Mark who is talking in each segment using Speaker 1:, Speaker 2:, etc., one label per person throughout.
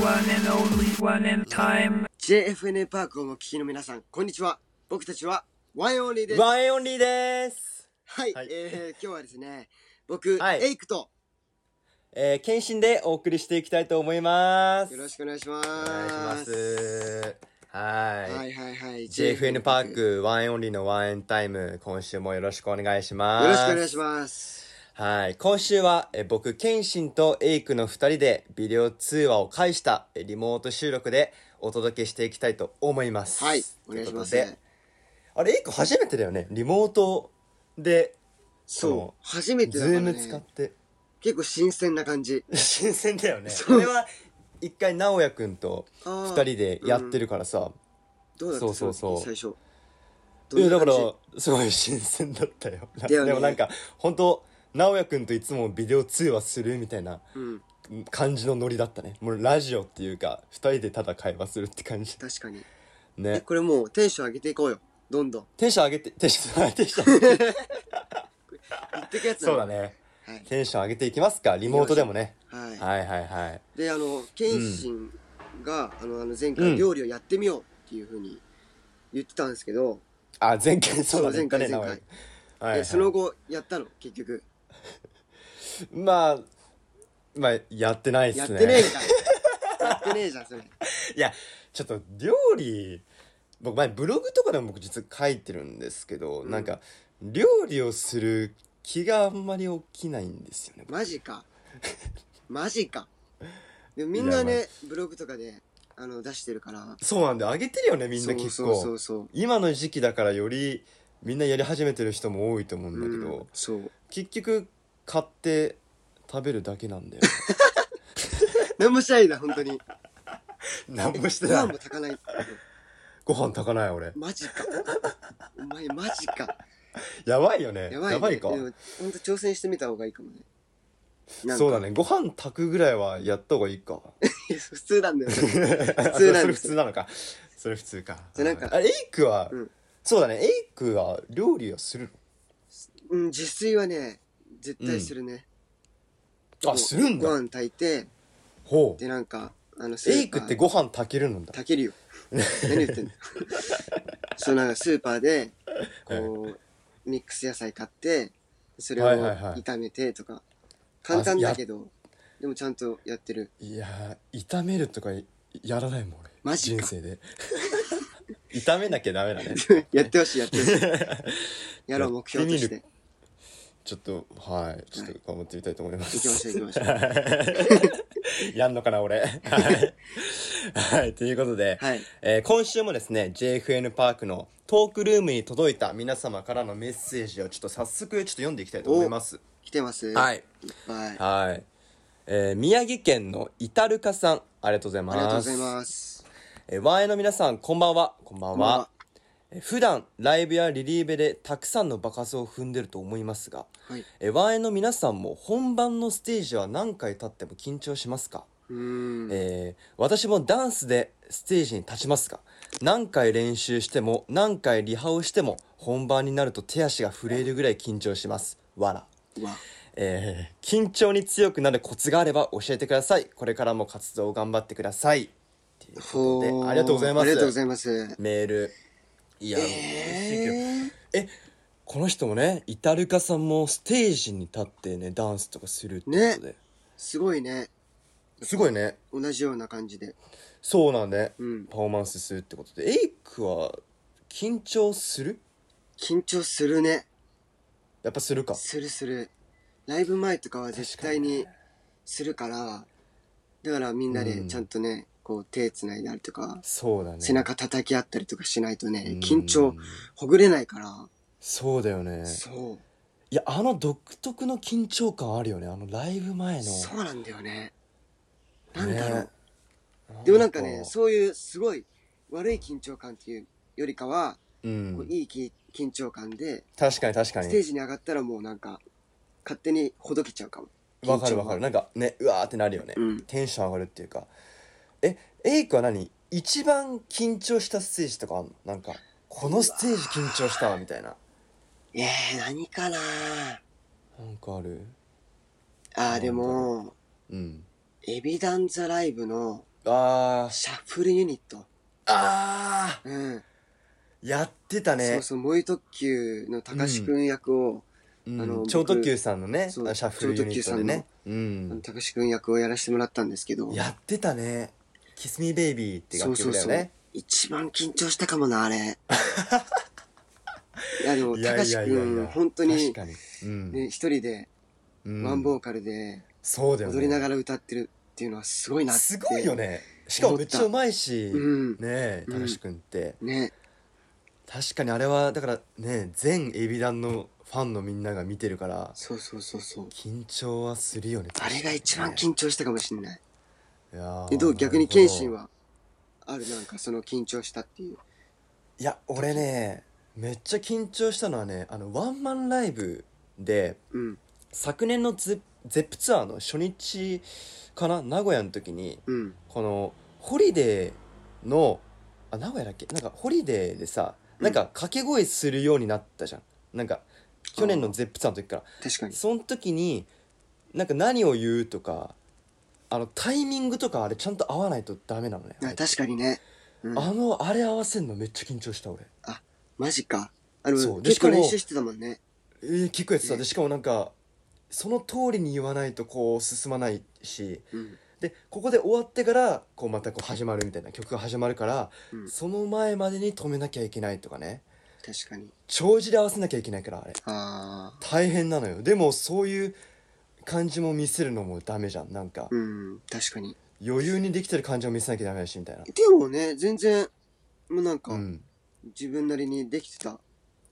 Speaker 1: One and only one and time.
Speaker 2: JFN パークをお聞きの皆さん、こんにちは。僕たちはワンエンオンリーです。は
Speaker 3: ワンエンオンリーです。
Speaker 2: い、
Speaker 3: はい
Speaker 2: えー今日はですね、僕、
Speaker 3: はい
Speaker 2: エイクと
Speaker 3: えー、検診でお送りしていきたいと思います。
Speaker 2: よろし
Speaker 3: く
Speaker 2: くお願いしま。
Speaker 3: お願いしますす。
Speaker 2: は
Speaker 3: はい
Speaker 2: はいはい。
Speaker 3: い。JFN パー。クワンエンオンリーのワンエンタイム、今週もよろしくお願いします。
Speaker 2: よろしくお願いします。
Speaker 3: はい。今週は、えー僕、ケンシンとエイクの二人でビデオ通話を介したえーリモート収録でお届けしていきたいと思います。
Speaker 2: はい、お願いします
Speaker 3: ということで。あれ、エイク初めてだよね。リモートで、
Speaker 2: そう、初めてだか
Speaker 3: ズー
Speaker 2: ら
Speaker 3: ム
Speaker 2: ね。
Speaker 3: 使って。
Speaker 2: 結構新鮮な感じ。
Speaker 3: 新鮮だよねこれは一回直哉くんと
Speaker 2: あー
Speaker 3: 二人でやってるからさ、
Speaker 2: どうだった
Speaker 3: そうそうそう
Speaker 2: 最初。
Speaker 3: いや
Speaker 2: ど
Speaker 3: だ
Speaker 2: んな
Speaker 3: から
Speaker 2: 感じ
Speaker 3: すごい新鮮だったよな
Speaker 2: だよね
Speaker 3: でもなんか本当直哉くんといつもビデオ通話するみたいな
Speaker 2: うん、
Speaker 3: 感じのノリだったねもうラジオっていうか二人でただ会話するって感じ
Speaker 2: 確かに。え、
Speaker 3: ね
Speaker 2: これもうテンション上げていこうよ。どんどん。
Speaker 3: テンション上げてテンション テンション上げて
Speaker 2: 言ってくやつ
Speaker 3: そうだ
Speaker 2: ね。
Speaker 3: ね
Speaker 2: はい。
Speaker 3: テンション上げていきますかリモートでもね
Speaker 2: はい。
Speaker 3: はいはいはい
Speaker 2: であの謙信が、あのあの前
Speaker 3: うん
Speaker 2: 回料理をやってみようっていうふうに言ってたんですけど、
Speaker 3: あ前回そうだね
Speaker 2: 前回
Speaker 3: 言ったね
Speaker 2: 前回
Speaker 3: 直哉君はいは
Speaker 2: で
Speaker 3: い
Speaker 2: その後やったの結局
Speaker 3: まあまあやってないっすね
Speaker 2: やってねえじゃんやってねえじゃんそれ
Speaker 3: いやちょっと料理僕前ブログとかでも僕実は書いてるんですけど、
Speaker 2: うん
Speaker 3: なんか料理をする気があんまり起きないんですよね
Speaker 2: マジかマジかでもみんない
Speaker 3: や
Speaker 2: ねブログとかであの出してるから
Speaker 3: そうなんであげてるよねみんな結構
Speaker 2: そうそうそう
Speaker 3: 今の時期だからよりみんなやり始めてる人も多いと思うん
Speaker 2: そう
Speaker 3: だけ
Speaker 2: う
Speaker 3: ど
Speaker 2: ん、そう
Speaker 3: 結局買って食べるだけな んだよ
Speaker 2: 何もしないんだ本当に
Speaker 3: 何もして
Speaker 2: ご
Speaker 3: な
Speaker 2: 飯も
Speaker 3: い
Speaker 2: 炊かない
Speaker 3: ご飯炊かない俺
Speaker 2: マジかお前マジか
Speaker 3: やばいよね
Speaker 2: やばい、ね、
Speaker 3: か
Speaker 2: でも本当挑戦してみた方がいいかもねなんか
Speaker 3: そうだねご飯炊くぐらいはやった方がいいか
Speaker 2: いや普通なんだよね 通
Speaker 3: 普
Speaker 2: なんですよ
Speaker 3: それ普通なのかそれ普通か
Speaker 2: じゃあなんか
Speaker 3: あエイクは、
Speaker 2: うん
Speaker 3: そうだねエイクは料理はする
Speaker 2: うん、自炊はね、絶対するね。
Speaker 3: のあするん
Speaker 2: ご
Speaker 3: だ
Speaker 2: 飯炊いて、
Speaker 3: ほう
Speaker 2: で、なんか、あの、ス
Speaker 3: エ
Speaker 2: ー
Speaker 3: イ
Speaker 2: パ
Speaker 3: ク
Speaker 2: ー。
Speaker 3: ってご飯炊けるんだ
Speaker 2: 炊けるよ。何言 ってんのそう、なんかスーパーで、こう、ミックス野菜買って、それを
Speaker 3: はいはいはい
Speaker 2: 炒めてとか、簡単だけど、でもちゃんとやってる。
Speaker 3: いやー炒めるとかいやらないもん俺
Speaker 2: マジか
Speaker 3: 人 生で炒めなきゃダメだね
Speaker 2: やってほしい、やってほしい。 やろう、目標とし。
Speaker 3: やってちょっとはいちょっと頑張ってみたいと思います
Speaker 2: 行きましょう、行きましょう。
Speaker 3: やんのかな俺はいはいということで、
Speaker 2: はい。
Speaker 3: えー今週もですね JFN パークのトークルームに届いた皆様からのメッセージをちょっと早速ちょっと読んでいきたいと思います
Speaker 2: 来てます。
Speaker 3: はいい
Speaker 2: いっぱい。あ
Speaker 3: はい、えー宮城県のイタルカさんありがとうございます
Speaker 2: りがとうございます。
Speaker 3: えーワンエの皆さんこんばんはこんばん
Speaker 2: こ
Speaker 3: は
Speaker 2: んばんは
Speaker 3: えー普段ライブやリリーベでたくさんの爆発を踏んでると思いますが
Speaker 2: はい。
Speaker 3: えーワンエの皆さんも本番のステージは何回経っても緊張しますか
Speaker 2: うーん。
Speaker 3: えー私もダンスでステージに立ちますが何回練習しても何回リハをしても本番になると手足が震えるぐらい緊張しますわら、
Speaker 2: うわ。
Speaker 3: えー緊張に強くなるコツがあれば教えてくださいこれからも活動を頑張ってくださいということで
Speaker 2: ほー
Speaker 3: ありがとうございます
Speaker 2: ありがとうございます。
Speaker 3: メールいや、嬉しいけど
Speaker 2: えー
Speaker 3: この人もねイタルカさんもステージに立ってねダンスとかするってことで、
Speaker 2: すごいね
Speaker 3: すごいね
Speaker 2: 同じような感じで
Speaker 3: そうなんだね、
Speaker 2: うん
Speaker 3: パフォーマンスするってことでエイクは緊張する
Speaker 2: 緊張するね
Speaker 3: やっぱするか
Speaker 2: するするライブ前とかは絶対にするからだからみんな
Speaker 3: う
Speaker 2: で
Speaker 3: ん
Speaker 2: ちゃんとね、こう手つないだりとか、
Speaker 3: そうだね
Speaker 2: 背中叩き合ったりとかしないとね
Speaker 3: うん
Speaker 2: 緊張ほぐれないから、
Speaker 3: そうだよね
Speaker 2: そ
Speaker 3: いやあの独特の緊張感あるよねあのライブ前の
Speaker 2: うそうなんだよねなん
Speaker 3: ね
Speaker 2: だろう、でもなんかね
Speaker 3: う
Speaker 2: そういうすごい悪い緊張感っていうよりかは、
Speaker 3: うん
Speaker 2: こういいき緊張感で
Speaker 3: 確かに確か
Speaker 2: ステー
Speaker 3: に
Speaker 2: ジに上がったらもうなんか勝手にほどけちゃうかも
Speaker 3: わかるわかるなんかねうわーってなるよね、
Speaker 2: うん
Speaker 3: テンション上がるっていうかえエイクは何一番緊張したステージとかあんのなんかこのステージ緊張したわみたいな
Speaker 2: えー、何かな
Speaker 3: なんかある
Speaker 2: あ
Speaker 3: な
Speaker 2: ー
Speaker 3: んだろう
Speaker 2: でも
Speaker 3: うん
Speaker 2: エビダンザライブの
Speaker 3: あー
Speaker 2: シャッフルユニット。
Speaker 3: あ
Speaker 2: うん。
Speaker 3: ーやってたね
Speaker 2: そうそう、萌え特急の高志くん役を、
Speaker 3: うん
Speaker 2: あの
Speaker 3: 超特急さんのねシ
Speaker 2: そう
Speaker 3: ャッフルユニットでねう
Speaker 2: あの
Speaker 3: ん
Speaker 2: 高志くん役をやらせてもらったんですけど、
Speaker 3: やってたね「キスミーベイビーって楽曲だよね
Speaker 2: 一番緊張したかもな、あ れ。いや、でも、
Speaker 3: いやい
Speaker 2: 高
Speaker 3: や
Speaker 2: 志
Speaker 3: い
Speaker 2: く
Speaker 3: やい
Speaker 2: ん、
Speaker 3: や
Speaker 2: 本当に
Speaker 3: 確、かにうん
Speaker 2: ね、一人で、
Speaker 3: うん
Speaker 2: ワンボーカルで、
Speaker 3: そうだよね
Speaker 2: 踊りながら歌ってるっていうのはすごいなって。
Speaker 3: すごいよ。ねしかもめっちゃうまいし
Speaker 2: うん。
Speaker 3: ねえ
Speaker 2: うん
Speaker 3: 高志くんって
Speaker 2: ね。
Speaker 3: 確かにあれはだからね全エビダンのファンのみんなが見てるから
Speaker 2: そうそうそうそう。
Speaker 3: 緊張はするよね
Speaker 2: あれが一番緊張したかもしれない。
Speaker 3: いや
Speaker 2: え
Speaker 3: ー
Speaker 2: どう
Speaker 3: なるほ
Speaker 2: 逆に謙信はあるなんかその緊張したっていう。
Speaker 3: いや俺ねめっちゃ緊張したのはねあのワンマンライブで
Speaker 2: うん
Speaker 3: 昨年のゼゼップツアーの初日かな名古屋の時に
Speaker 2: うん
Speaker 3: このホリデーのあ名古屋だっけなんかホリデーでさ
Speaker 2: うん
Speaker 3: なんか掛け声するようになったじゃんなんか去年のゼップツアーの時から
Speaker 2: 確かに。
Speaker 3: その時になんか何を言うとかあのタイミングとかあれちゃんと合わないとダメなのねあ
Speaker 2: あ
Speaker 3: れ
Speaker 2: 確かにね。うん、
Speaker 3: あのあれ合わせんのめっちゃ緊張した俺
Speaker 2: マジか。あの
Speaker 3: そうで
Speaker 2: 結構
Speaker 3: しかも
Speaker 2: 練習してたもんね。
Speaker 3: えー、結構やってた
Speaker 2: ね
Speaker 3: でしかもなんかその通りに言わないとこう進まないし
Speaker 2: うん
Speaker 3: でここで終わってからこうまたこう始まるみたいな曲が始まるから、
Speaker 2: うん
Speaker 3: その前までに止めなきゃいけないとかね
Speaker 2: 確かに。
Speaker 3: 帳尻合わせなきゃいけないからあれ
Speaker 2: ああ
Speaker 3: 大変なのよでもそういう感じも見せるのもダメじゃんなんか
Speaker 2: うん確かに。
Speaker 3: 余裕にできてる感じを見せなきゃダメだしみたいな
Speaker 2: でもね全然もうなんか、
Speaker 3: うん
Speaker 2: 自分なりにできてた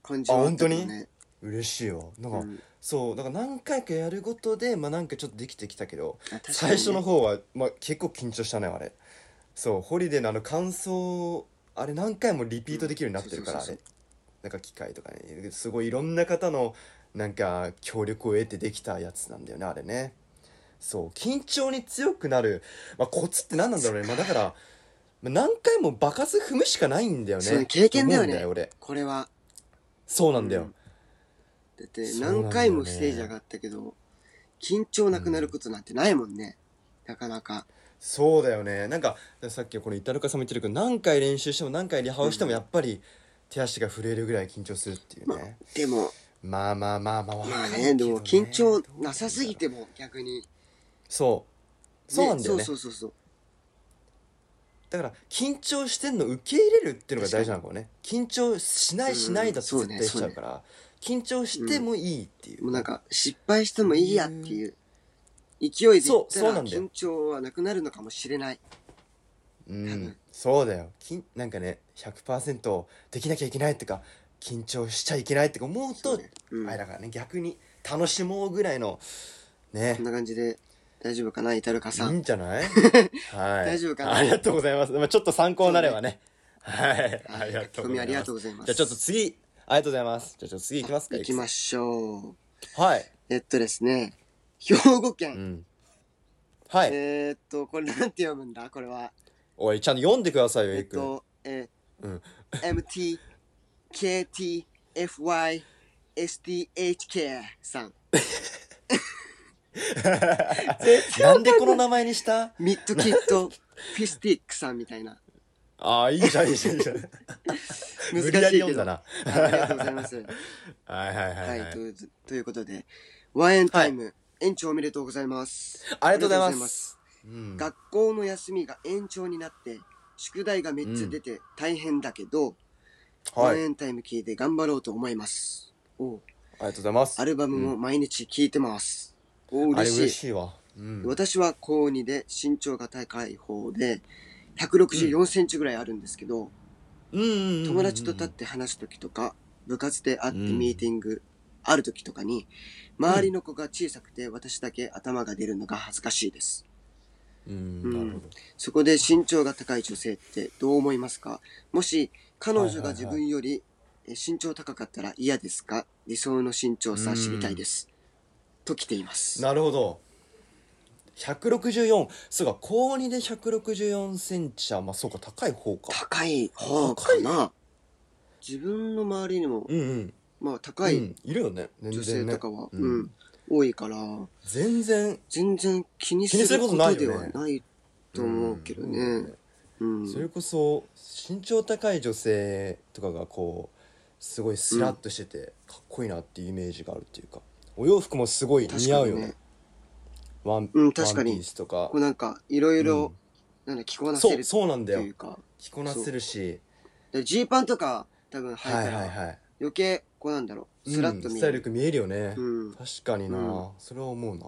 Speaker 2: 感じはあったけどね。
Speaker 3: 嬉しいよなん
Speaker 2: う
Speaker 3: か、
Speaker 2: ん
Speaker 3: そうだから何回かやるごとでまあなんかちょっとできてきたけど
Speaker 2: あ確かにね
Speaker 3: 最初の方は、まあ、結構緊張したねあれそうホリデーのあの感想あれ何回もリピートできるようになってるから、
Speaker 2: うん
Speaker 3: あ
Speaker 2: そう
Speaker 3: れ
Speaker 2: そ
Speaker 3: なんか機械とかねすごいいろんな方のなんか協力を得てできたやつなんだよねあれねそう緊張に強くなる、まあ、コツって何なんだろうね、まあ、だからまあ何回も場数踏むしかないんだよね
Speaker 2: そう経験だよね
Speaker 3: と思うんだよ俺
Speaker 2: これは。
Speaker 3: そうなんだよ、
Speaker 2: うんだって
Speaker 3: そうなんだよね
Speaker 2: 何回もステージ上がったけど、緊張なくなることなんてないもんね。なかなか。
Speaker 3: そうだよねなんかさっきこのイタルカさんも言ってるけど何回練習しても何回リハをしてもやっぱり手足が震えるぐらい緊張するっていうね、
Speaker 2: でも、
Speaker 3: まあ、まあまあまあわ
Speaker 2: ま
Speaker 3: か
Speaker 2: あ
Speaker 3: るけど
Speaker 2: ね、でも緊張なさすぎても逆に。
Speaker 3: そうそうなんだよね
Speaker 2: そうそうそう
Speaker 3: だから緊張してんの受け入れるっていうのが大事なのかもね緊張しないしないだと
Speaker 2: うん
Speaker 3: 絶対しちゃうから、緊張してもいいって
Speaker 2: そ
Speaker 3: い
Speaker 2: う。
Speaker 3: う、
Speaker 2: もうなんか失敗してもいいやっていう勢いでい
Speaker 3: そ
Speaker 2: っ
Speaker 3: う
Speaker 2: た
Speaker 3: そうな
Speaker 2: ら
Speaker 3: んだよ
Speaker 2: 緊張はなくなるのかもしれない。
Speaker 3: う
Speaker 2: 多
Speaker 3: ん
Speaker 2: 分、
Speaker 3: そうだよきんなんかね100%できなきゃいけないとか緊張しちゃいけないとか思う
Speaker 2: そ
Speaker 3: と
Speaker 2: うねうん
Speaker 3: あれだからね逆に楽しもうぐらいのね
Speaker 2: こんな感じで大丈夫かな、イタルカさ
Speaker 3: いい
Speaker 2: ん。
Speaker 3: んじゃな いはい。
Speaker 2: 大丈夫かな
Speaker 3: ありがとうございます。まあちょっと参考になればね。はい。
Speaker 2: はい書き込みありがとうございます。
Speaker 3: じゃあちょっと次、ありがとうございます。じゃあちょっと次行きますか。
Speaker 2: 行きましょ
Speaker 3: はい。
Speaker 2: う。えっとですね、兵庫
Speaker 3: う
Speaker 2: 県。
Speaker 3: ん。はい。
Speaker 2: えーっと、これなんて読むんだこれは。
Speaker 3: おい、ちゃんと読んでくださいよ、
Speaker 2: え
Speaker 3: ゆ
Speaker 2: っ
Speaker 3: くん。
Speaker 2: と、え
Speaker 3: うん
Speaker 2: MT、KT、FY、STHK さん。
Speaker 3: なんでこの名前にした
Speaker 2: ミッドキット、フィスティックさんみたいな。
Speaker 3: ああ、いいじゃん、いいじ ゃん、いいじゃん。
Speaker 2: 難しいけど
Speaker 3: 無理やり読んだな。
Speaker 2: ありがとうございます。
Speaker 3: はいはいは、
Speaker 2: はい
Speaker 3: はい
Speaker 2: い、というということで、ワンエンタイム、延長おめでとうございます。
Speaker 3: ありがとうござい
Speaker 2: あ
Speaker 3: ま。
Speaker 2: りがとうございます
Speaker 3: うん
Speaker 2: 学校の休みが延長になって、宿題がめっちゃ出て大変だけど、ワ
Speaker 3: はい。あ
Speaker 2: ン
Speaker 3: り
Speaker 2: エンタイム聞いて頑張ろうと思います。おう
Speaker 3: がとうございます。
Speaker 2: アルバムも毎日聴いてます。おう
Speaker 3: あれ
Speaker 2: 嬉
Speaker 3: 嬉
Speaker 2: しい。
Speaker 3: しいわ。うん。
Speaker 2: 私は高2で身長が高い方で、164センチぐらいあるんですけど、
Speaker 3: うんうんうんうん
Speaker 2: 友達と立って話す時とか、部活で会ってミーティングある時とかに、周りの子が小さくて私だけ頭が出るのが恥ずかしいです。
Speaker 3: うん、
Speaker 2: うん
Speaker 3: なるほど。
Speaker 2: そこで身長が高い女性ってどう思いますかもし彼
Speaker 3: はい
Speaker 2: 女
Speaker 3: はいは
Speaker 2: が
Speaker 3: い
Speaker 2: 自分よりえ身長高かったら嫌ですか理想の身長差知りたいです。と来ています。
Speaker 3: なるほど164そうか高2で1 6 4センチはまあそうか高い方か
Speaker 2: 高い方かな自分の周りにも
Speaker 3: う、んうん、
Speaker 2: まあ高い
Speaker 3: うん、いるよね全
Speaker 2: 女
Speaker 3: 然
Speaker 2: 性
Speaker 3: ね
Speaker 2: とかは、
Speaker 3: う
Speaker 2: うんん、多いから、
Speaker 3: 全然
Speaker 2: 全然気にす
Speaker 3: 気にす
Speaker 2: る
Speaker 3: るこ
Speaker 2: こと
Speaker 3: ない
Speaker 2: と
Speaker 3: よね
Speaker 2: ではないと思うけどね。うん
Speaker 3: それこそ身長高い女性とかがこうすごいスラッとしてて、かっこいいなっていうイメージがあるっていうかお洋服もすごい似合うよねワン,、
Speaker 2: うん確かに
Speaker 3: ワンピースとか
Speaker 2: こうなんかいろい
Speaker 3: うん
Speaker 2: ろなんだ着こなせ
Speaker 3: そ
Speaker 2: るっ
Speaker 3: う
Speaker 2: て
Speaker 3: そうなんだ
Speaker 2: い
Speaker 3: よ
Speaker 2: うか
Speaker 3: 着こなせるし
Speaker 2: でジーパンとか多分履い
Speaker 3: はい
Speaker 2: た
Speaker 3: はい
Speaker 2: ら
Speaker 3: はい
Speaker 2: 余計こうなんだろうスラッと
Speaker 3: うん、ス
Speaker 2: 見
Speaker 3: タ
Speaker 2: え
Speaker 3: イルよ
Speaker 2: る、
Speaker 3: く見えるよね、
Speaker 2: うん
Speaker 3: 確かにな、
Speaker 2: う
Speaker 3: それは思うな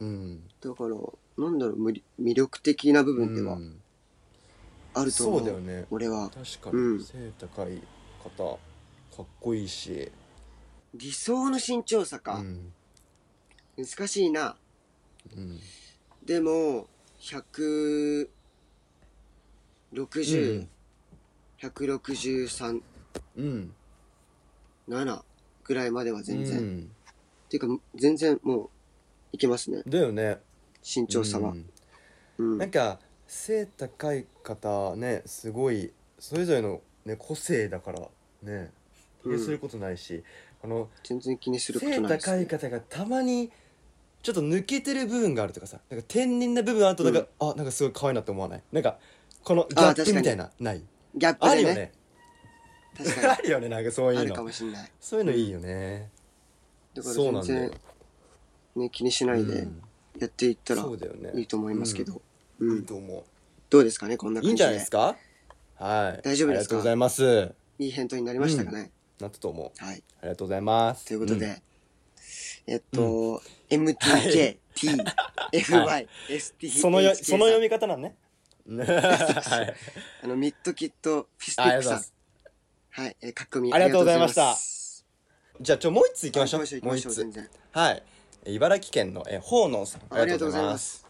Speaker 3: うん
Speaker 2: だからなんだろう無理魅力的な部分で
Speaker 3: う
Speaker 2: は
Speaker 3: ん
Speaker 2: あると思,、
Speaker 3: そううだよね
Speaker 2: 俺は
Speaker 3: 確かに、
Speaker 2: うん
Speaker 3: 背高い方かっこいいし、
Speaker 2: 理想の身長差
Speaker 3: う
Speaker 2: か、
Speaker 3: ん
Speaker 2: 難しいな
Speaker 3: うん、
Speaker 2: でも160、
Speaker 3: うん
Speaker 2: 163、
Speaker 3: うん
Speaker 2: 7ぐらいまでは全然、
Speaker 3: う
Speaker 2: っ
Speaker 3: ん
Speaker 2: ていうか全然もういけますね
Speaker 3: だよね
Speaker 2: 身長差は
Speaker 3: うん
Speaker 2: うん、
Speaker 3: なんか背高い方ねすごいそれぞれの、ね、個性だからね気にすることないし、あの
Speaker 2: 全然気にすること
Speaker 3: 背
Speaker 2: ないです、
Speaker 3: 高い
Speaker 2: ね、
Speaker 3: 方がたまにちょっと抜けてる部分があるとかさなんか天然な部分あるとなんか、あなんかすごい可愛いなって思わないなんかこのギャップみたいなない
Speaker 2: ギャップ
Speaker 3: あ
Speaker 2: で
Speaker 3: る
Speaker 2: ね
Speaker 3: よね
Speaker 2: 確
Speaker 3: あ
Speaker 2: か
Speaker 3: るよねなんかそう
Speaker 2: にあ
Speaker 3: いう
Speaker 2: るか
Speaker 3: の
Speaker 2: もしれない
Speaker 3: そういうのいいよね、
Speaker 2: だから
Speaker 3: そうな
Speaker 2: 全
Speaker 3: んだよ
Speaker 2: 然、ね、気にしないで
Speaker 3: うん
Speaker 2: やっていったら
Speaker 3: そうだよね
Speaker 2: いいと思いますけど、うん
Speaker 3: いいと思
Speaker 2: どうですかねこんな
Speaker 3: ういい
Speaker 2: 感
Speaker 3: ん
Speaker 2: じ
Speaker 3: じゃな
Speaker 2: で
Speaker 3: いですかはい
Speaker 2: 大丈夫
Speaker 3: あり
Speaker 2: で
Speaker 3: が
Speaker 2: す
Speaker 3: と
Speaker 2: か
Speaker 3: うございます
Speaker 2: いい返答になりましたかね、
Speaker 3: なったと思う
Speaker 2: はい
Speaker 3: ありがとうございます
Speaker 2: ということで、
Speaker 3: ん
Speaker 2: えっと、MTKTFYST
Speaker 3: そのよその読み方なんねはい
Speaker 2: あのミッドキットフィスティ
Speaker 3: ありがとう
Speaker 2: ック
Speaker 3: ござい
Speaker 2: さ
Speaker 3: ま
Speaker 2: ん
Speaker 3: す
Speaker 2: はい、えー、かっこみ
Speaker 3: ありがとうございました
Speaker 2: ありがとうございます
Speaker 3: じゃあちょもう一ついきましょう
Speaker 2: はい行きましょう
Speaker 3: もう
Speaker 2: 全
Speaker 3: 一つ
Speaker 2: 然
Speaker 3: はい。えー茨城県の、えー、宝能さん。
Speaker 2: ありがとうございま。す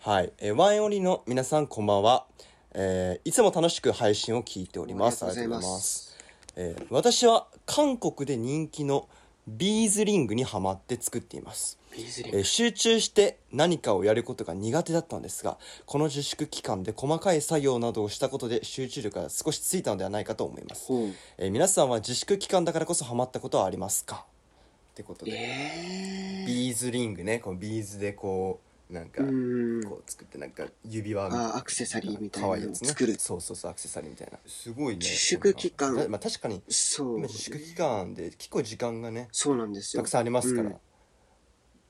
Speaker 3: はい。えー、ワンオリの皆さんこんばんは。えーいつも楽しく配信を聞いております。
Speaker 2: ありがとうございます
Speaker 3: えー私は韓国で人気のビーズリングにハマって作っています。
Speaker 2: ビーズリン
Speaker 3: えー集中して何かをやることが苦手だったんですがこの自粛期間で細かい作業などをしたことで集中力が少しついたのではないかと思います、
Speaker 2: ほう
Speaker 3: えー皆さんは自粛期間だからこそハマったことはありますかってことで
Speaker 2: え
Speaker 3: ビーズリングねこのビーズでこうなんか
Speaker 2: ー、うん
Speaker 3: こう作ってなんか指輪みたいな
Speaker 2: あーアクセサリーみたい
Speaker 3: 可愛
Speaker 2: な
Speaker 3: いや
Speaker 2: のを
Speaker 3: つね
Speaker 2: 作る
Speaker 3: そうそうそうアクセサリーみたいなすごいね
Speaker 2: 自粛期間
Speaker 3: まあまあ確かに
Speaker 2: そう
Speaker 3: 今自粛期間で結構時間がね
Speaker 2: そうなんですよ
Speaker 3: たくさんありますから、
Speaker 2: うん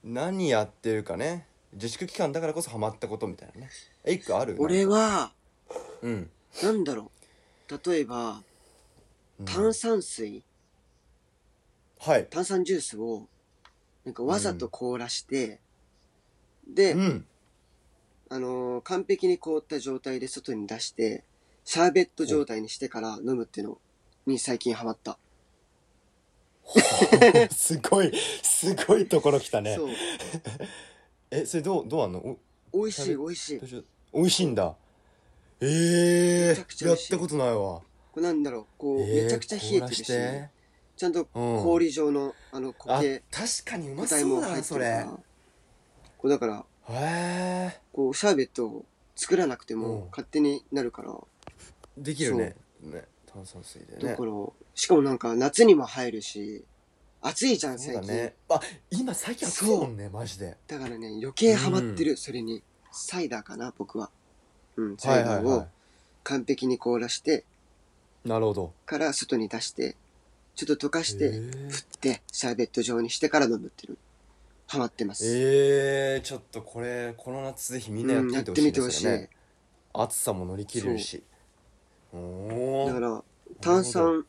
Speaker 3: 何やってるかね自粛期間だからこそハマったことみたいなねえ一個ある
Speaker 2: 俺は
Speaker 3: うん
Speaker 2: なんだろう例えば
Speaker 3: うん
Speaker 2: 炭酸水、
Speaker 3: はい
Speaker 2: 炭酸ジュースをなんかわざと凍らして、で、
Speaker 3: うん
Speaker 2: あのー完璧に凍った状態で外に出してシャーベット状態にしてから飲むっていうのに最近ハマった、
Speaker 3: すごいすごいところ来たね
Speaker 2: そう
Speaker 3: えそれどうどうあんのお
Speaker 2: 美味しい美味しい
Speaker 3: ど
Speaker 2: こ
Speaker 3: うしよう美味しいんだえ
Speaker 2: めちゃく
Speaker 3: え
Speaker 2: ちゃ美
Speaker 3: やっ
Speaker 2: 味しい
Speaker 3: たことないわ
Speaker 2: れなんだろうこう、
Speaker 3: えー
Speaker 2: めちゃくちゃ冷えてるし,、
Speaker 3: 凍らして
Speaker 2: ちゃんと
Speaker 3: うん
Speaker 2: 氷状のあの固
Speaker 3: あ
Speaker 2: 形
Speaker 3: 確かにうま
Speaker 2: 固
Speaker 3: そ
Speaker 2: 体も
Speaker 3: うだ
Speaker 2: 入
Speaker 3: な
Speaker 2: って
Speaker 3: そ
Speaker 2: るか
Speaker 3: れ
Speaker 2: らこうだから
Speaker 3: へえ
Speaker 2: こうシャーベットを作らなくて
Speaker 3: うん
Speaker 2: も勝手になるから、
Speaker 3: できるねね炭酸水で
Speaker 2: だ
Speaker 3: ね
Speaker 2: から、しかもなんか夏にも入るし、暑いじゃん、
Speaker 3: そ
Speaker 2: 最
Speaker 3: うだ
Speaker 2: 近。
Speaker 3: ねあ今最近暑いもんねマジで
Speaker 2: だからね、余計ハマってる、それに。サイダーかな、僕は。うん、サイダーを完璧に凍らして、
Speaker 3: いなるほど
Speaker 2: から外に出して、ちょっと溶かして、
Speaker 3: へ
Speaker 2: 振
Speaker 3: え
Speaker 2: って、シャーベット状にしてから飲むっていうの。ハマってます。
Speaker 3: えー、ちょっとこれこの夏ぜひみんなやっ
Speaker 2: うんやってて
Speaker 3: み
Speaker 2: み
Speaker 3: て
Speaker 2: て
Speaker 3: ほ
Speaker 2: ほし
Speaker 3: しい
Speaker 2: い。
Speaker 3: ですよね暑さも乗り切れるしおお
Speaker 2: だ
Speaker 3: ー
Speaker 2: から、炭酸、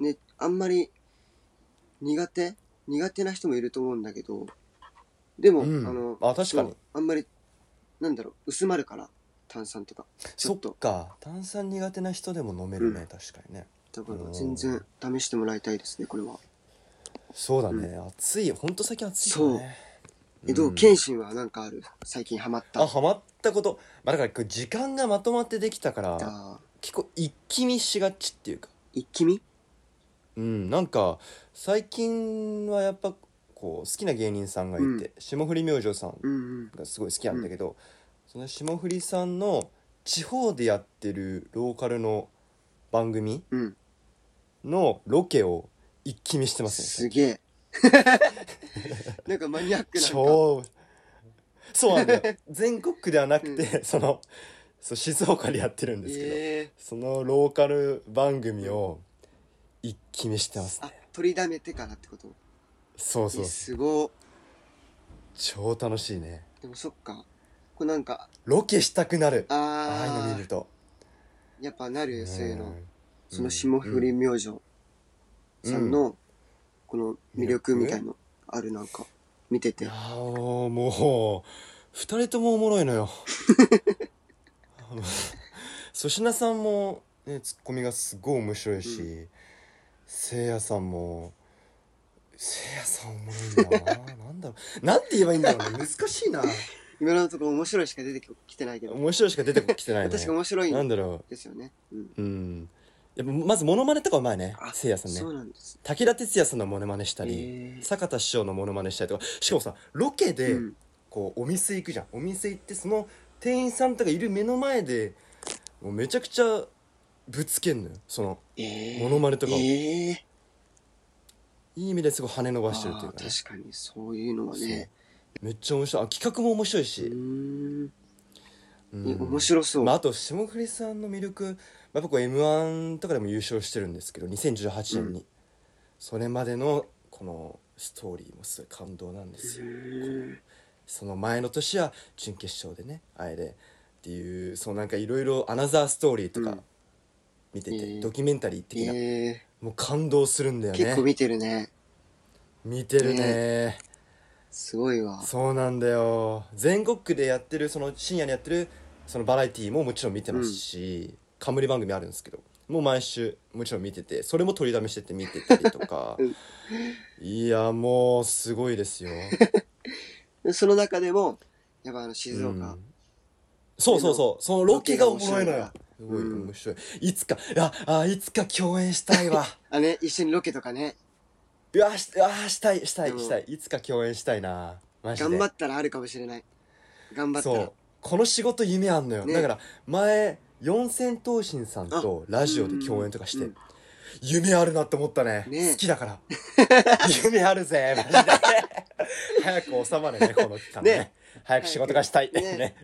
Speaker 2: ね、あんまり苦手苦手な人もいると思うんだけど、でも、
Speaker 3: うん
Speaker 2: あの、
Speaker 3: あ確かに
Speaker 2: そうあんまり、なんだろう、薄まるから、炭酸とか。ち
Speaker 3: そ
Speaker 2: ょっと
Speaker 3: っか炭酸苦手な人でも飲めるね、
Speaker 2: うん
Speaker 3: 確かにね
Speaker 2: だか
Speaker 3: う
Speaker 2: ら
Speaker 3: ん
Speaker 2: 全然試してもらいたいですね、これは。
Speaker 3: そうだね、暑いほんと最近暑いよね
Speaker 2: え、ど
Speaker 3: う
Speaker 2: う、
Speaker 3: ん
Speaker 2: 謙信はなんかある最近ハマった。
Speaker 3: あハマったこと、まあ、だからこう時間がまとまってできたから
Speaker 2: あー
Speaker 3: 結構一気見しがちっていうか
Speaker 2: 一気見
Speaker 3: うんなんか最近はやっぱこう好きな芸人さんがいて、
Speaker 2: うん
Speaker 3: 霜降り明星さん
Speaker 2: うんうん。
Speaker 3: がすごい好きなんだけど、その霜降りさんの地方でやってるローカルの番組
Speaker 2: うん。
Speaker 3: のロケを一気見してます
Speaker 2: す
Speaker 3: ね
Speaker 2: げえ。なんかマニアックな。
Speaker 3: 超そうなんだよ 全国区ではなくて、そのそう静岡でやってるんですけど、
Speaker 2: え
Speaker 3: そのローカル番組を一気見してます
Speaker 2: ー、あ取りだめてからってこと
Speaker 3: そうそう
Speaker 2: えすご
Speaker 3: 超楽しいね
Speaker 2: いでもそっかこれなんか
Speaker 3: ロケしたくなるああいうの
Speaker 2: あ
Speaker 3: 見る
Speaker 2: ー
Speaker 3: と
Speaker 2: やっぱなるよそういう
Speaker 3: う
Speaker 2: の
Speaker 3: ん
Speaker 2: その霜降り明星さんのこの魅力みたいのあるなんか見てて
Speaker 3: いやーもう二人ともおもろいのよあの粗品さんも、ね、ツッコミがすごい面白いし、せいやさんもせいやさんおもろいんだよななんだろうなんて言えばいいんだろうね難しいな
Speaker 2: 今のところ面白いしか出てきてないけど
Speaker 3: 面白いしか出てきてないね
Speaker 2: 確か面白い
Speaker 3: なんんだろ
Speaker 2: ですよねうん
Speaker 3: ううんやっぱまずモノマネとかうまいね
Speaker 2: あ
Speaker 3: せいやさんね
Speaker 2: そうなんです
Speaker 3: 武田鉄矢さんのモノマネした
Speaker 2: へ
Speaker 3: り
Speaker 2: ー
Speaker 3: 坂田師匠のモノマネしたりとかしかもさロケで
Speaker 2: うん
Speaker 3: こうお店行くじゃんお店行ってその店員さんとかいる目の前でもうめちゃくちゃぶつけんのよその
Speaker 2: ええ
Speaker 3: モノマネとかをい
Speaker 2: ええ
Speaker 3: い意味ですごい跳ね伸
Speaker 2: あ
Speaker 3: ばしてるっていう
Speaker 2: ー
Speaker 3: かね
Speaker 2: 確かにそういうのはね
Speaker 3: めっちゃ面白いあ企画も面白いうし
Speaker 2: ーん
Speaker 3: うん
Speaker 2: 面白そう
Speaker 3: まあ、あと霜降りさんの魅力、まあ、やっぱこう m 1とかでも優勝してるんですけど2018年に、それまでのこのストーリーもすごい感動なんですよ、その前の年は準決勝でねあえでっていうそうなんかいろいろアナザーストーリーと
Speaker 2: う
Speaker 3: か
Speaker 2: ん
Speaker 3: 見てて、
Speaker 2: えー
Speaker 3: ドキュメンタリー的な、
Speaker 2: え
Speaker 3: もう感動するんだよ
Speaker 2: え結構
Speaker 3: ね
Speaker 2: 見てるね
Speaker 3: 見てるね
Speaker 2: すごいわ
Speaker 3: そうなんだよ全国区でやってるその深夜にやってるそのバラエティーももちろん見てますし、冠番組あるんですけどもう毎週もちろん見ててそれも取りだめしてて見てたりと か、いやもうすごいですよ
Speaker 2: でその中でもやっぱあの静
Speaker 3: う
Speaker 2: 岡
Speaker 3: んそうそうそうそのロケがおもろいのよす
Speaker 2: ロケが面白
Speaker 3: ごい
Speaker 2: いなうん
Speaker 3: 面白い、いつかああいつか共演した いわ
Speaker 2: あね一緒にロケとかね
Speaker 3: うわしあしたいしたい
Speaker 2: でも
Speaker 3: したいいつか共演したいなマジで
Speaker 2: 頑張ったらあるかもしれない頑張った
Speaker 3: そ
Speaker 2: ら
Speaker 3: うこの仕事夢あんのよ、
Speaker 2: ね
Speaker 3: だから前四千頭身さんとラジオで共演とかして、
Speaker 2: うんうん
Speaker 3: 夢あるなって思ったね
Speaker 2: ね
Speaker 3: 好きだから 夢あるぜマジで 早く収まれねこの期間ね
Speaker 2: ね
Speaker 3: 早く仕事がしたい
Speaker 2: ね
Speaker 3: ね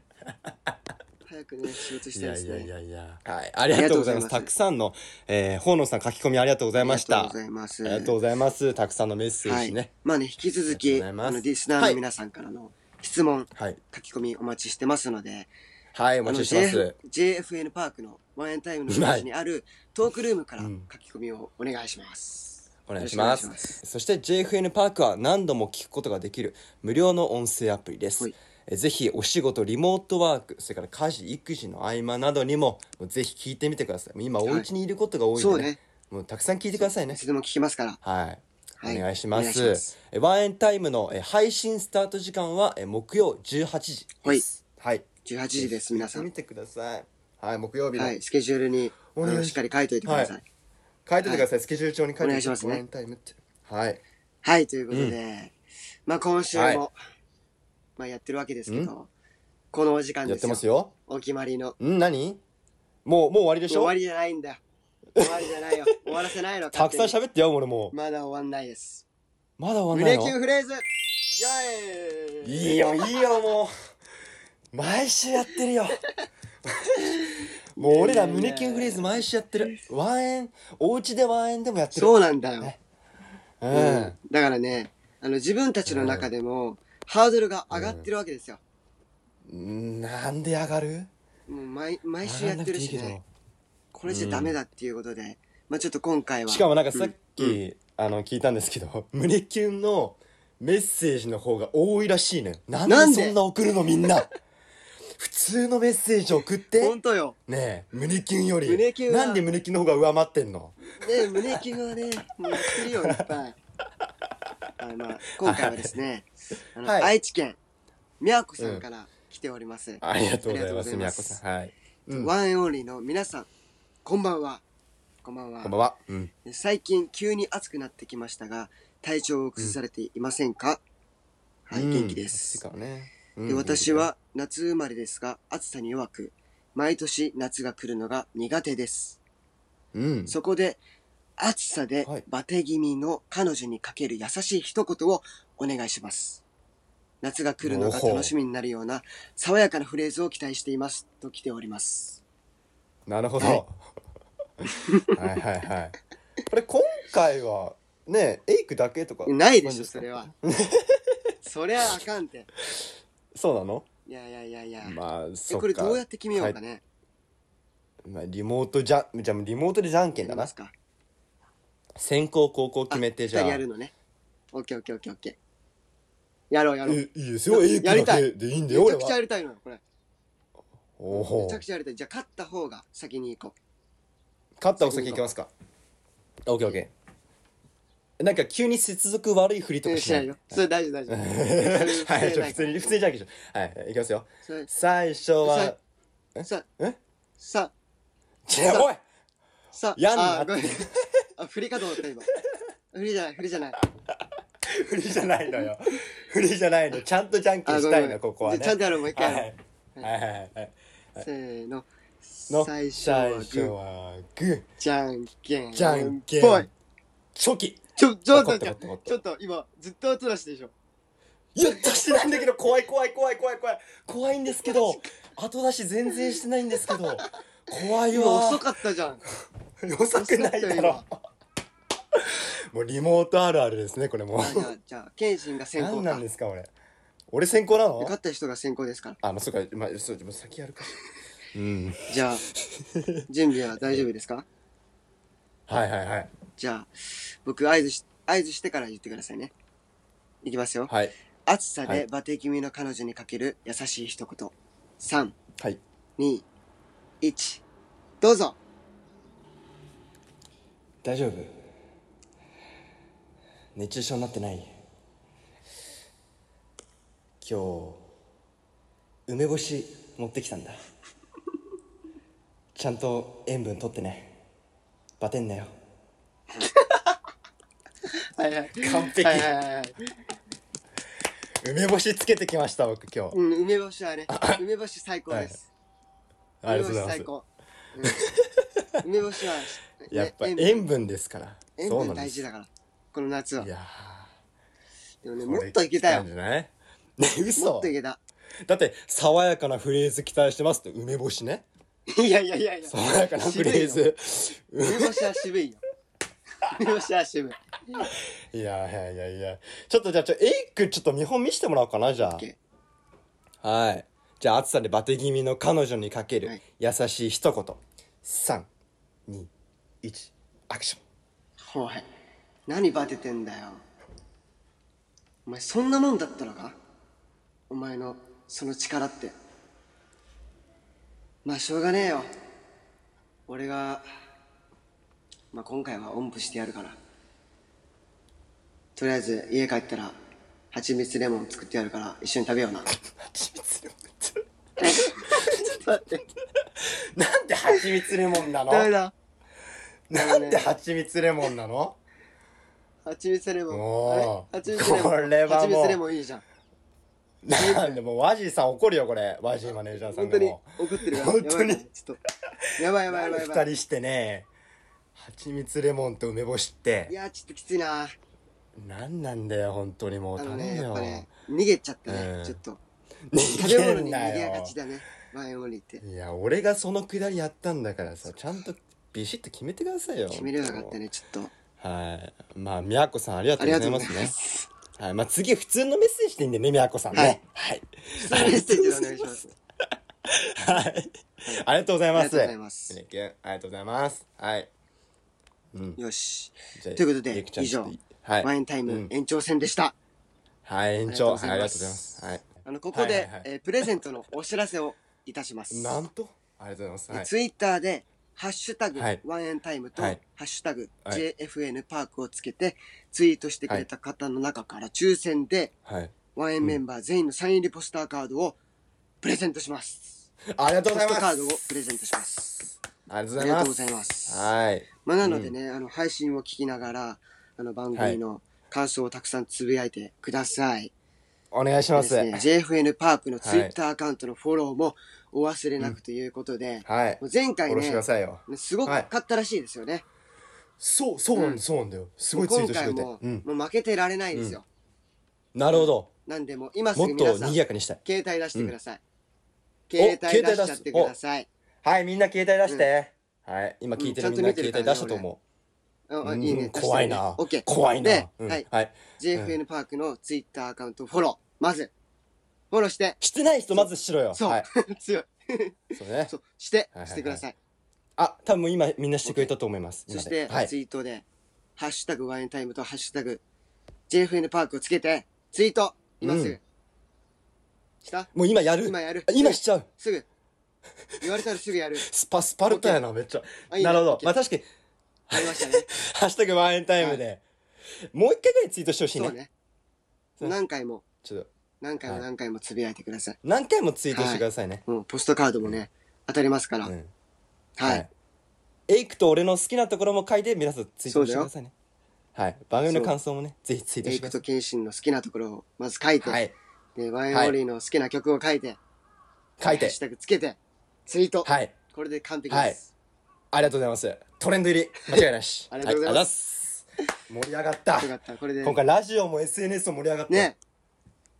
Speaker 2: 早くね仕事し
Speaker 3: い
Speaker 2: たい
Speaker 3: や
Speaker 2: です
Speaker 3: い
Speaker 2: ね
Speaker 3: やいやいや、はい、ありがとうございます
Speaker 2: ありがとうございます
Speaker 3: たくさんの、えー、ホーノさん書き込みありがとうございました
Speaker 2: ありがとうございます
Speaker 3: ありがとうございますたくさんのメッセージね
Speaker 2: まあね引き続
Speaker 3: あり
Speaker 2: き
Speaker 3: が
Speaker 2: あ
Speaker 3: とうございます
Speaker 2: のリスナーの皆さんからの質問、
Speaker 3: はい
Speaker 2: 書き込みお待ちしてますので
Speaker 3: はい、お
Speaker 2: あの
Speaker 3: 待ちしてます
Speaker 2: JF JFN パークのワンエンタイムのページにあるトークルームから書き込みをお願いします。
Speaker 3: お願いします
Speaker 2: よろくお願いします
Speaker 3: そして JFN パークは何度も聞くことができる無料の音声アプリです、
Speaker 2: はい
Speaker 3: えぜひお仕事リモートワークそれから家事育児の合間などにももうぜひ聞いてみてくださいもう今お家にいることが多いので、
Speaker 2: はいそうね
Speaker 3: もうたくさん聞いてくださいね
Speaker 2: いつでも聞きますから。
Speaker 3: はい
Speaker 2: はい
Speaker 3: お願いしま
Speaker 2: お願
Speaker 3: す
Speaker 2: いします
Speaker 3: えワンエンタイムのえ配信スタート時間はえ木曜18時ですはい
Speaker 2: 18時です、皆さ
Speaker 3: ぜひ聞い
Speaker 2: ん。
Speaker 3: てみてくださいはい木曜日の、
Speaker 2: はい、スケジュールにあ
Speaker 3: お願いし
Speaker 2: のしっかり書いといてください。は
Speaker 3: はいい、書いててください、スケジュール帳に書いて
Speaker 2: お願いしますね
Speaker 3: ワンエンタイムってはい
Speaker 2: ということで、まあ今週も、
Speaker 3: はい
Speaker 2: まあやってるわけですけど、このお時間
Speaker 3: や
Speaker 2: で
Speaker 3: っ
Speaker 2: す
Speaker 3: て
Speaker 2: よ。
Speaker 3: ますよ
Speaker 2: お決まりの。
Speaker 3: ん何もうもう終わりでし
Speaker 2: 終
Speaker 3: ょ
Speaker 2: わりじゃないんだ。終わりじゃないよ。終わらせないの。
Speaker 3: たくさん喋ってよ俺もう
Speaker 2: まだ終わんないです。
Speaker 3: まだ終わんない
Speaker 2: 胸キュン
Speaker 3: の
Speaker 2: フレーズイエーイ
Speaker 3: いいよいいよもう毎週やってるよもう俺ら胸キュンフレーズ毎週やってるワンエンお家でワンエンでもやってる
Speaker 2: そうなんだよ。
Speaker 3: う、
Speaker 2: うんんだからね、あの自分たちの中でも、ハードルが上がってるわけですよ。
Speaker 3: うんなんで上がる
Speaker 2: もう毎毎週やってるし
Speaker 3: 上がらなくていい
Speaker 2: ね、これじゃダメだっていうことで、まあちょっと今回
Speaker 3: け
Speaker 2: は。
Speaker 3: どしかもなんかさっき、
Speaker 2: う
Speaker 3: あの聞いたんですけど 胸キュンのメッセージの方が多いらしいのよなん
Speaker 2: なん
Speaker 3: で
Speaker 2: で
Speaker 3: そんな送るのみんな 普通のメッセージ送って
Speaker 2: 本当よ。
Speaker 3: ねえ胸キュンより
Speaker 2: 胸キュンは
Speaker 3: なんで胸キュンの方が上回ってんの
Speaker 2: ね、胸キュンはね、もうやってるよ、いっぱい。あのまあ、今回はですね、あの
Speaker 3: はい
Speaker 2: 愛知県、みやこさんから来ております。
Speaker 3: ありがとうござ
Speaker 2: ありがと
Speaker 3: います宮
Speaker 2: う
Speaker 3: 子
Speaker 2: ございます
Speaker 3: さんはい、うん、こ
Speaker 2: ワンエンオンリーの皆さん、こんばんは。こんばんは。
Speaker 3: んばんは、うん、
Speaker 2: 最近急に暑くなってきましたが、体調を崩されていませんか、はい、元気です。
Speaker 3: うん暑いからねうん
Speaker 2: で私は夏生まれですが暑さに弱く毎年夏が来るのが苦手です
Speaker 3: うん
Speaker 2: そこで暑さで
Speaker 3: はい
Speaker 2: バテ気味の彼女にかける優しい一言をお願いします夏が来るのが楽しみになるような爽やかなフレーズを期待していますと来ております
Speaker 3: なるほど。 はいはいはい。これ今回はねエイクだけとか
Speaker 2: ないでしょ
Speaker 3: んか
Speaker 2: そ れはそりゃあかんて
Speaker 3: そうなの？
Speaker 2: いやいやいやいや、
Speaker 3: まあ
Speaker 2: え
Speaker 3: そっ
Speaker 2: これ
Speaker 3: か
Speaker 2: どうやって決めようかね
Speaker 3: まあリモートじゃじゃあリモートでじゃんけん
Speaker 2: や
Speaker 3: だ
Speaker 2: りま
Speaker 3: な
Speaker 2: す。か
Speaker 3: 先行後攻決めて
Speaker 2: あ
Speaker 3: じゃあ。
Speaker 2: やるのねオッケーオッケーオッケーオッケーやろうやろうめ
Speaker 3: えいいですよエイク
Speaker 2: やり
Speaker 3: だ
Speaker 2: たい
Speaker 3: けでいいんだよ
Speaker 2: ち
Speaker 3: 俺
Speaker 2: ゃくちゃ
Speaker 3: は
Speaker 2: や。りたいのよこれ
Speaker 3: お
Speaker 2: め
Speaker 3: お
Speaker 2: ちゃ。くちゃやりたいじゃあ勝った方が先に行こ
Speaker 3: 勝ったお先行きますか。オッケーオッケー。なんか急に接続悪い振り
Speaker 2: う
Speaker 3: と
Speaker 2: う
Speaker 3: か
Speaker 2: ん
Speaker 3: し
Speaker 2: し
Speaker 3: な
Speaker 2: ない
Speaker 3: い。
Speaker 2: よそれ大丈夫大丈夫
Speaker 3: は
Speaker 2: はい
Speaker 3: い、ちょ普通に普通にじゃんけんしよう。はい、いきますよ。
Speaker 2: それ
Speaker 3: 最初は。
Speaker 2: さ
Speaker 3: え
Speaker 2: さ
Speaker 3: いやおい
Speaker 2: さ
Speaker 3: やんな
Speaker 2: あごめん あ振りかと思った今振りじゃない振りじゃない
Speaker 3: 振りじゃないのよ。振りじゃないの。ちゃんとじゃんけん
Speaker 2: あ
Speaker 3: し
Speaker 2: ご
Speaker 3: た
Speaker 2: め
Speaker 3: い
Speaker 2: んごめ
Speaker 3: の、
Speaker 2: ん
Speaker 3: ここはね。
Speaker 2: じゃあちゃんとやろうもう一回やろう
Speaker 3: はいはいはいはい。
Speaker 2: せーの
Speaker 3: の
Speaker 2: 最初はグ
Speaker 3: 最初
Speaker 2: ー
Speaker 3: はグー。
Speaker 2: じゃんけん
Speaker 3: じゃんけん
Speaker 2: ぽい。
Speaker 3: 初期。
Speaker 2: ちょちょっと
Speaker 3: わ
Speaker 2: 待
Speaker 3: か
Speaker 2: っ
Speaker 3: った
Speaker 2: て
Speaker 3: わかった
Speaker 2: ちょっと今ずっと音出してでしょ
Speaker 3: 言ったしてないんだけど、怖い怖い怖い怖い怖い。怖いんですけど、後出し全然してないんですけど、怖い
Speaker 2: 今
Speaker 3: わ
Speaker 2: 遅。かったじゃ ん
Speaker 3: 予測ないだろ。もうリモートあるあるですね、これもう。
Speaker 2: あじゃあじゃあ謙信が先行
Speaker 3: 何
Speaker 2: か
Speaker 3: なんですか、俺。俺先行なの
Speaker 2: 勝った人が先行ですから
Speaker 3: あ、まあ、そうか、まあ、そう、もう先やるか。うん。
Speaker 2: じゃあ準備は大丈夫ですか
Speaker 3: はいはいはい。
Speaker 2: じゃあ僕合図し合図してから言ってくださいねいきますよ
Speaker 3: はい。
Speaker 2: 暑さ
Speaker 3: はい
Speaker 2: でバテ気味の彼女にかける優しい一言三
Speaker 3: はい。
Speaker 2: 二一どうぞ
Speaker 3: 大丈夫熱中症になってない今日梅干し持ってきたんだちゃんと塩分取ってねバテんなよ
Speaker 2: はいはい
Speaker 3: 完璧
Speaker 2: はいはいはいはい
Speaker 3: 梅干しつけてきました僕今日
Speaker 2: うん梅干し はね梅干し最高です、
Speaker 3: ありがとう
Speaker 2: 梅
Speaker 3: ご
Speaker 2: 干し
Speaker 3: ざい
Speaker 2: 最
Speaker 3: ます
Speaker 2: 高、うん 梅干しは、ね、
Speaker 3: やっぱ
Speaker 2: 塩
Speaker 3: 塩分ですから
Speaker 2: 塩
Speaker 3: そうな
Speaker 2: 分
Speaker 3: んで
Speaker 2: 大
Speaker 3: す
Speaker 2: 事
Speaker 3: い
Speaker 2: だからこの夏は
Speaker 3: や
Speaker 2: でもね
Speaker 3: ー
Speaker 2: もっといけたよ
Speaker 3: これ来んじゃないね
Speaker 2: も
Speaker 3: 嘘
Speaker 2: っといけた
Speaker 3: だって爽やかなフレーズ期待してますって梅干しね
Speaker 2: いやいやいやいや
Speaker 3: 爽やかなフレーズ
Speaker 2: 梅干しは渋いよ梅干しは渋い
Speaker 3: いやいやいやいや。ちょっとじゃあ、ちょ、エイクちょっと見本見してもらおうかな、じゃ
Speaker 2: OK
Speaker 3: あ。はい。じゃあ、暑さでバテ気味の彼女にかけ
Speaker 2: は
Speaker 3: る
Speaker 2: い
Speaker 3: 優しい一言。3、2、1、アクション。
Speaker 2: おい何バテてんだよお前そんなもんだったのかお前のその力ってまあしょうがねえよ俺がまあ今回はおんぶしてやるからとりあえず家帰ったら蜂蜜レモン作ってやるから一緒に食べよう な
Speaker 3: 蜂蜜レモ
Speaker 2: ちょっと待って
Speaker 3: ン。なんで蜂蜜レモンなの
Speaker 2: ダメだ
Speaker 3: なんで蜂蜜レモンなの
Speaker 2: 蜂蜜レモンあ
Speaker 3: おー
Speaker 2: れ蜂蜜レモン
Speaker 3: これはもう
Speaker 2: 蜂蜜レモンいいじゃん
Speaker 3: なんでもうワジーさん怒るよ、これ。ワジーマネージャーさ
Speaker 2: 本
Speaker 3: んが
Speaker 2: 当に
Speaker 3: も
Speaker 2: 怒ってるから
Speaker 3: 本当
Speaker 2: やば
Speaker 3: に
Speaker 2: いなちょっとやばいやばいやばいやば
Speaker 3: 二
Speaker 2: い
Speaker 3: 人してね、蜂蜜レモンと梅干しっ
Speaker 2: い
Speaker 3: て、
Speaker 2: やちょっときついな
Speaker 3: なんなんだよ、本当にもう。
Speaker 2: あ
Speaker 3: 頼
Speaker 2: の
Speaker 3: む
Speaker 2: ねやっ
Speaker 3: よ
Speaker 2: ぱ。ね逃げちゃったね、
Speaker 3: うん
Speaker 2: ちょっと食
Speaker 3: 逃
Speaker 2: べ物
Speaker 3: げん
Speaker 2: に
Speaker 3: な
Speaker 2: 逃
Speaker 3: よ
Speaker 2: げがちだね前森って
Speaker 3: いや俺がそのくだりやったんだからさちゃんとビシッと決めてくださいよ
Speaker 2: 決めれなかったねちょっと
Speaker 3: はいまあみやこさんありがと
Speaker 2: あ
Speaker 3: う
Speaker 2: り
Speaker 3: ご
Speaker 2: が
Speaker 3: ざ
Speaker 2: とござ
Speaker 3: いうます
Speaker 2: い
Speaker 3: ね
Speaker 2: ます
Speaker 3: はいまあ次普通のメッセージでいいんでねみやこさんねはい
Speaker 2: メッセージお願い します
Speaker 3: はいありがとうございます
Speaker 2: ありがとうございます
Speaker 3: ねけんありがとうございますはい
Speaker 2: よし
Speaker 3: じゃあ
Speaker 2: ということで
Speaker 3: ゆきちゃん
Speaker 2: 以上
Speaker 3: ちょっとはい
Speaker 2: ワインタイ
Speaker 3: う
Speaker 2: ム
Speaker 3: ん
Speaker 2: 延長戦でした、
Speaker 3: はい延長はいありがとうござい
Speaker 2: ま
Speaker 3: ますはい
Speaker 2: あのここで、
Speaker 3: はいはいはい
Speaker 2: えープレゼントのお知らせをいたします
Speaker 3: なんとありがとうございます
Speaker 2: ツイッターで、ハッシュタグ、
Speaker 3: はい
Speaker 2: ワンエンタイムと、
Speaker 3: はい
Speaker 2: ハッシュタグ、
Speaker 3: はい
Speaker 2: JFN パークをつけて、ツイートしてくれた方の中から抽選で、
Speaker 3: はいはい
Speaker 2: ワンエンメンバー全員のサイン入りポスターカードをプレゼントします。
Speaker 3: ありがとう
Speaker 2: ポス
Speaker 3: ござい
Speaker 2: ト
Speaker 3: ま
Speaker 2: カードを
Speaker 3: す
Speaker 2: プレゼントします。
Speaker 3: あり
Speaker 2: あ
Speaker 3: が
Speaker 2: りがと
Speaker 3: と
Speaker 2: うご
Speaker 3: うご
Speaker 2: ざ
Speaker 3: ざ
Speaker 2: い
Speaker 3: い
Speaker 2: ま
Speaker 3: ますすはい
Speaker 2: まあ、なのでね、あの、配信を聞きながら、あの、番組の感想をたくさんつぶやいてください。
Speaker 3: お願いしま
Speaker 2: です
Speaker 3: す
Speaker 2: ね、JFN パークのツイッターアカウントのフォローもお忘れなくということで、
Speaker 3: はい
Speaker 2: もう前回
Speaker 3: おろしてく
Speaker 2: ね
Speaker 3: だ、さいよ
Speaker 2: すごく買ったらしいですよね。
Speaker 3: そうそうなんだ、そうなんだよすごいツイートしてくれて
Speaker 2: 今回も、
Speaker 3: うん
Speaker 2: もう負けてられないですよ、
Speaker 3: なるほど
Speaker 2: なんでもう今す
Speaker 3: もっ
Speaker 2: ぐ皆
Speaker 3: と
Speaker 2: さん
Speaker 3: 賑やかにしたい
Speaker 2: 携帯出してください、
Speaker 3: んお
Speaker 2: 携帯出しちゃってください
Speaker 3: はいみんな携帯出して、はい今聞いてる
Speaker 2: うんちゃ
Speaker 3: みん
Speaker 2: んと
Speaker 3: な
Speaker 2: 見て
Speaker 3: 携
Speaker 2: るから
Speaker 3: 帯出
Speaker 2: ね
Speaker 3: したと思う、
Speaker 2: うん
Speaker 3: う
Speaker 2: うんんいいね出してね
Speaker 3: 怖いな、
Speaker 2: OK
Speaker 3: 怖いな、
Speaker 2: で
Speaker 3: うん、
Speaker 2: は
Speaker 3: はいい、
Speaker 2: JFN パークのツイッターアカウントフォローまずフォローして
Speaker 3: してない人まずしろよ
Speaker 2: そう、
Speaker 3: はい
Speaker 2: 強い
Speaker 3: そうね
Speaker 2: そうして、
Speaker 3: はいはいはい
Speaker 2: してください
Speaker 3: あ多分今みんなしてくれたと思います
Speaker 2: そし
Speaker 3: 今で
Speaker 2: て、
Speaker 3: はい
Speaker 2: ツイートで「ハッシュタグワインタイム」と「ハッシュタグ #JFN パーク」をつけてツイート今すぐ、
Speaker 3: うん
Speaker 2: した
Speaker 3: もう今やる
Speaker 2: 今やる
Speaker 3: あ今しちゃう
Speaker 2: すぐ言われたらすぐ やる
Speaker 3: スパスパルタやなめっちゃ
Speaker 2: あいいね
Speaker 3: なるほど
Speaker 2: OK
Speaker 3: まあ確かに
Speaker 2: ありま したね
Speaker 3: 「ハッシュタグワンエンタイムで」もう一回ぐらいツイートしてほしいね
Speaker 2: そうね何回も
Speaker 3: ちょっと
Speaker 2: 何回も何回もつぶやいてください、
Speaker 3: 何回もツイートしてくださいね、
Speaker 2: もうポストカードもね当たりますから、
Speaker 3: うん
Speaker 2: はい、
Speaker 3: エイクと俺の好きなところも書いて皆さんツイートしてくださいねはい番組の感想もねぜひツイート
Speaker 2: エ
Speaker 3: し
Speaker 2: イク
Speaker 3: てくださ
Speaker 2: と謙信の好きなところをまず書いて、
Speaker 3: いはい
Speaker 2: でワインオーリーの好きな曲を書いて、
Speaker 3: 書い
Speaker 2: ハッ
Speaker 3: て
Speaker 2: シュタグつけてツイート、
Speaker 3: はい
Speaker 2: これで完璧です、
Speaker 3: ありがとうございますトレンド入り間違いな し
Speaker 2: ありがとうござい
Speaker 3: ます,、盛り上がった
Speaker 2: よかったこれで
Speaker 3: 今回ラジオも SNS も盛り上がって、
Speaker 2: ね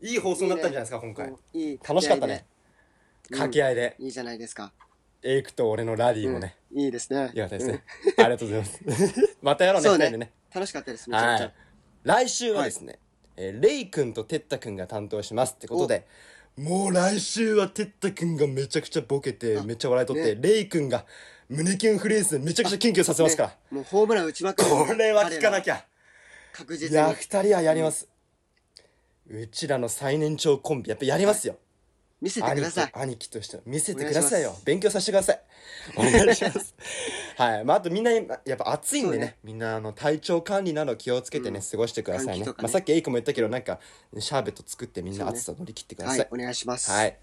Speaker 3: いい放送になったんじゃないですか今回
Speaker 2: もういい
Speaker 3: 楽しかったね
Speaker 2: うん
Speaker 3: 掛け合いで、
Speaker 2: いいじゃないですか
Speaker 3: エイクと俺のラリーもね、
Speaker 2: うんいいですね
Speaker 3: よかったですね、ありがとうございます またや
Speaker 2: う
Speaker 3: ろ
Speaker 2: んそう
Speaker 3: うね二人で
Speaker 2: ね
Speaker 3: ね
Speaker 2: 楽しかったですめちゃ
Speaker 3: は
Speaker 2: くちゃ
Speaker 3: い来週はですね、えーレイ君とテッタ君が担当しますってことでもう来週はテッタ君がめちゃくちゃボケて
Speaker 2: あ
Speaker 3: めっちゃ笑いとって、
Speaker 2: ね
Speaker 3: レイ君が胸キュンフレーズめちゃくちゃキュンキュンさせますから、
Speaker 2: ねもうホームラン打ちまくる
Speaker 3: これは聞かなき
Speaker 2: ゃ
Speaker 3: ゃ
Speaker 2: 確
Speaker 3: い
Speaker 2: 実
Speaker 3: や
Speaker 2: に
Speaker 3: 二人はやります、うちらの最年長コンビやっぱやりますよ、
Speaker 2: 見せてください
Speaker 3: 兄貴兄貴として見せてくださ
Speaker 2: お願
Speaker 3: い
Speaker 2: いし
Speaker 3: よ
Speaker 2: ます
Speaker 3: 勉強させてくだ さいお願いします はいまああとみんな今やっぱ暑いんで
Speaker 2: そう
Speaker 3: ね
Speaker 2: ね
Speaker 3: みんなあの体調管理など気をつけてね、
Speaker 2: うん
Speaker 3: 過ごしてくださ
Speaker 2: 換
Speaker 3: い
Speaker 2: 気
Speaker 3: ね
Speaker 2: とかね
Speaker 3: まあ、さっきエイクも言ったけどなんかシャーベット作ってみん
Speaker 2: そ
Speaker 3: な
Speaker 2: うね
Speaker 3: 暑さ乗り切ってくだ
Speaker 2: は
Speaker 3: さい、
Speaker 2: いお願いします
Speaker 3: はい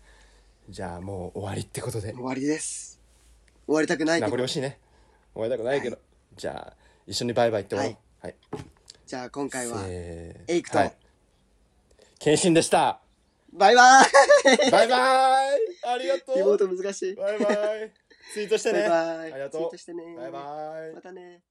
Speaker 3: じゃあもう終わりってことで
Speaker 2: 終わりです終わりたくない
Speaker 3: 名
Speaker 2: け
Speaker 3: 残
Speaker 2: ど
Speaker 3: 惜しいね終わりたくないけど、じゃあ一緒にバイバイって終わろうはい、
Speaker 2: じゃあ今回は
Speaker 3: せー
Speaker 2: エイクと
Speaker 3: はい、謙信でした
Speaker 2: バイバイ
Speaker 3: バイバ イありが とう
Speaker 2: リモート難しい
Speaker 3: バイバイ。ツイートしてね。
Speaker 2: バイバイ
Speaker 3: ありがとう。
Speaker 2: ツイートしてね
Speaker 3: バイバイ。
Speaker 2: またね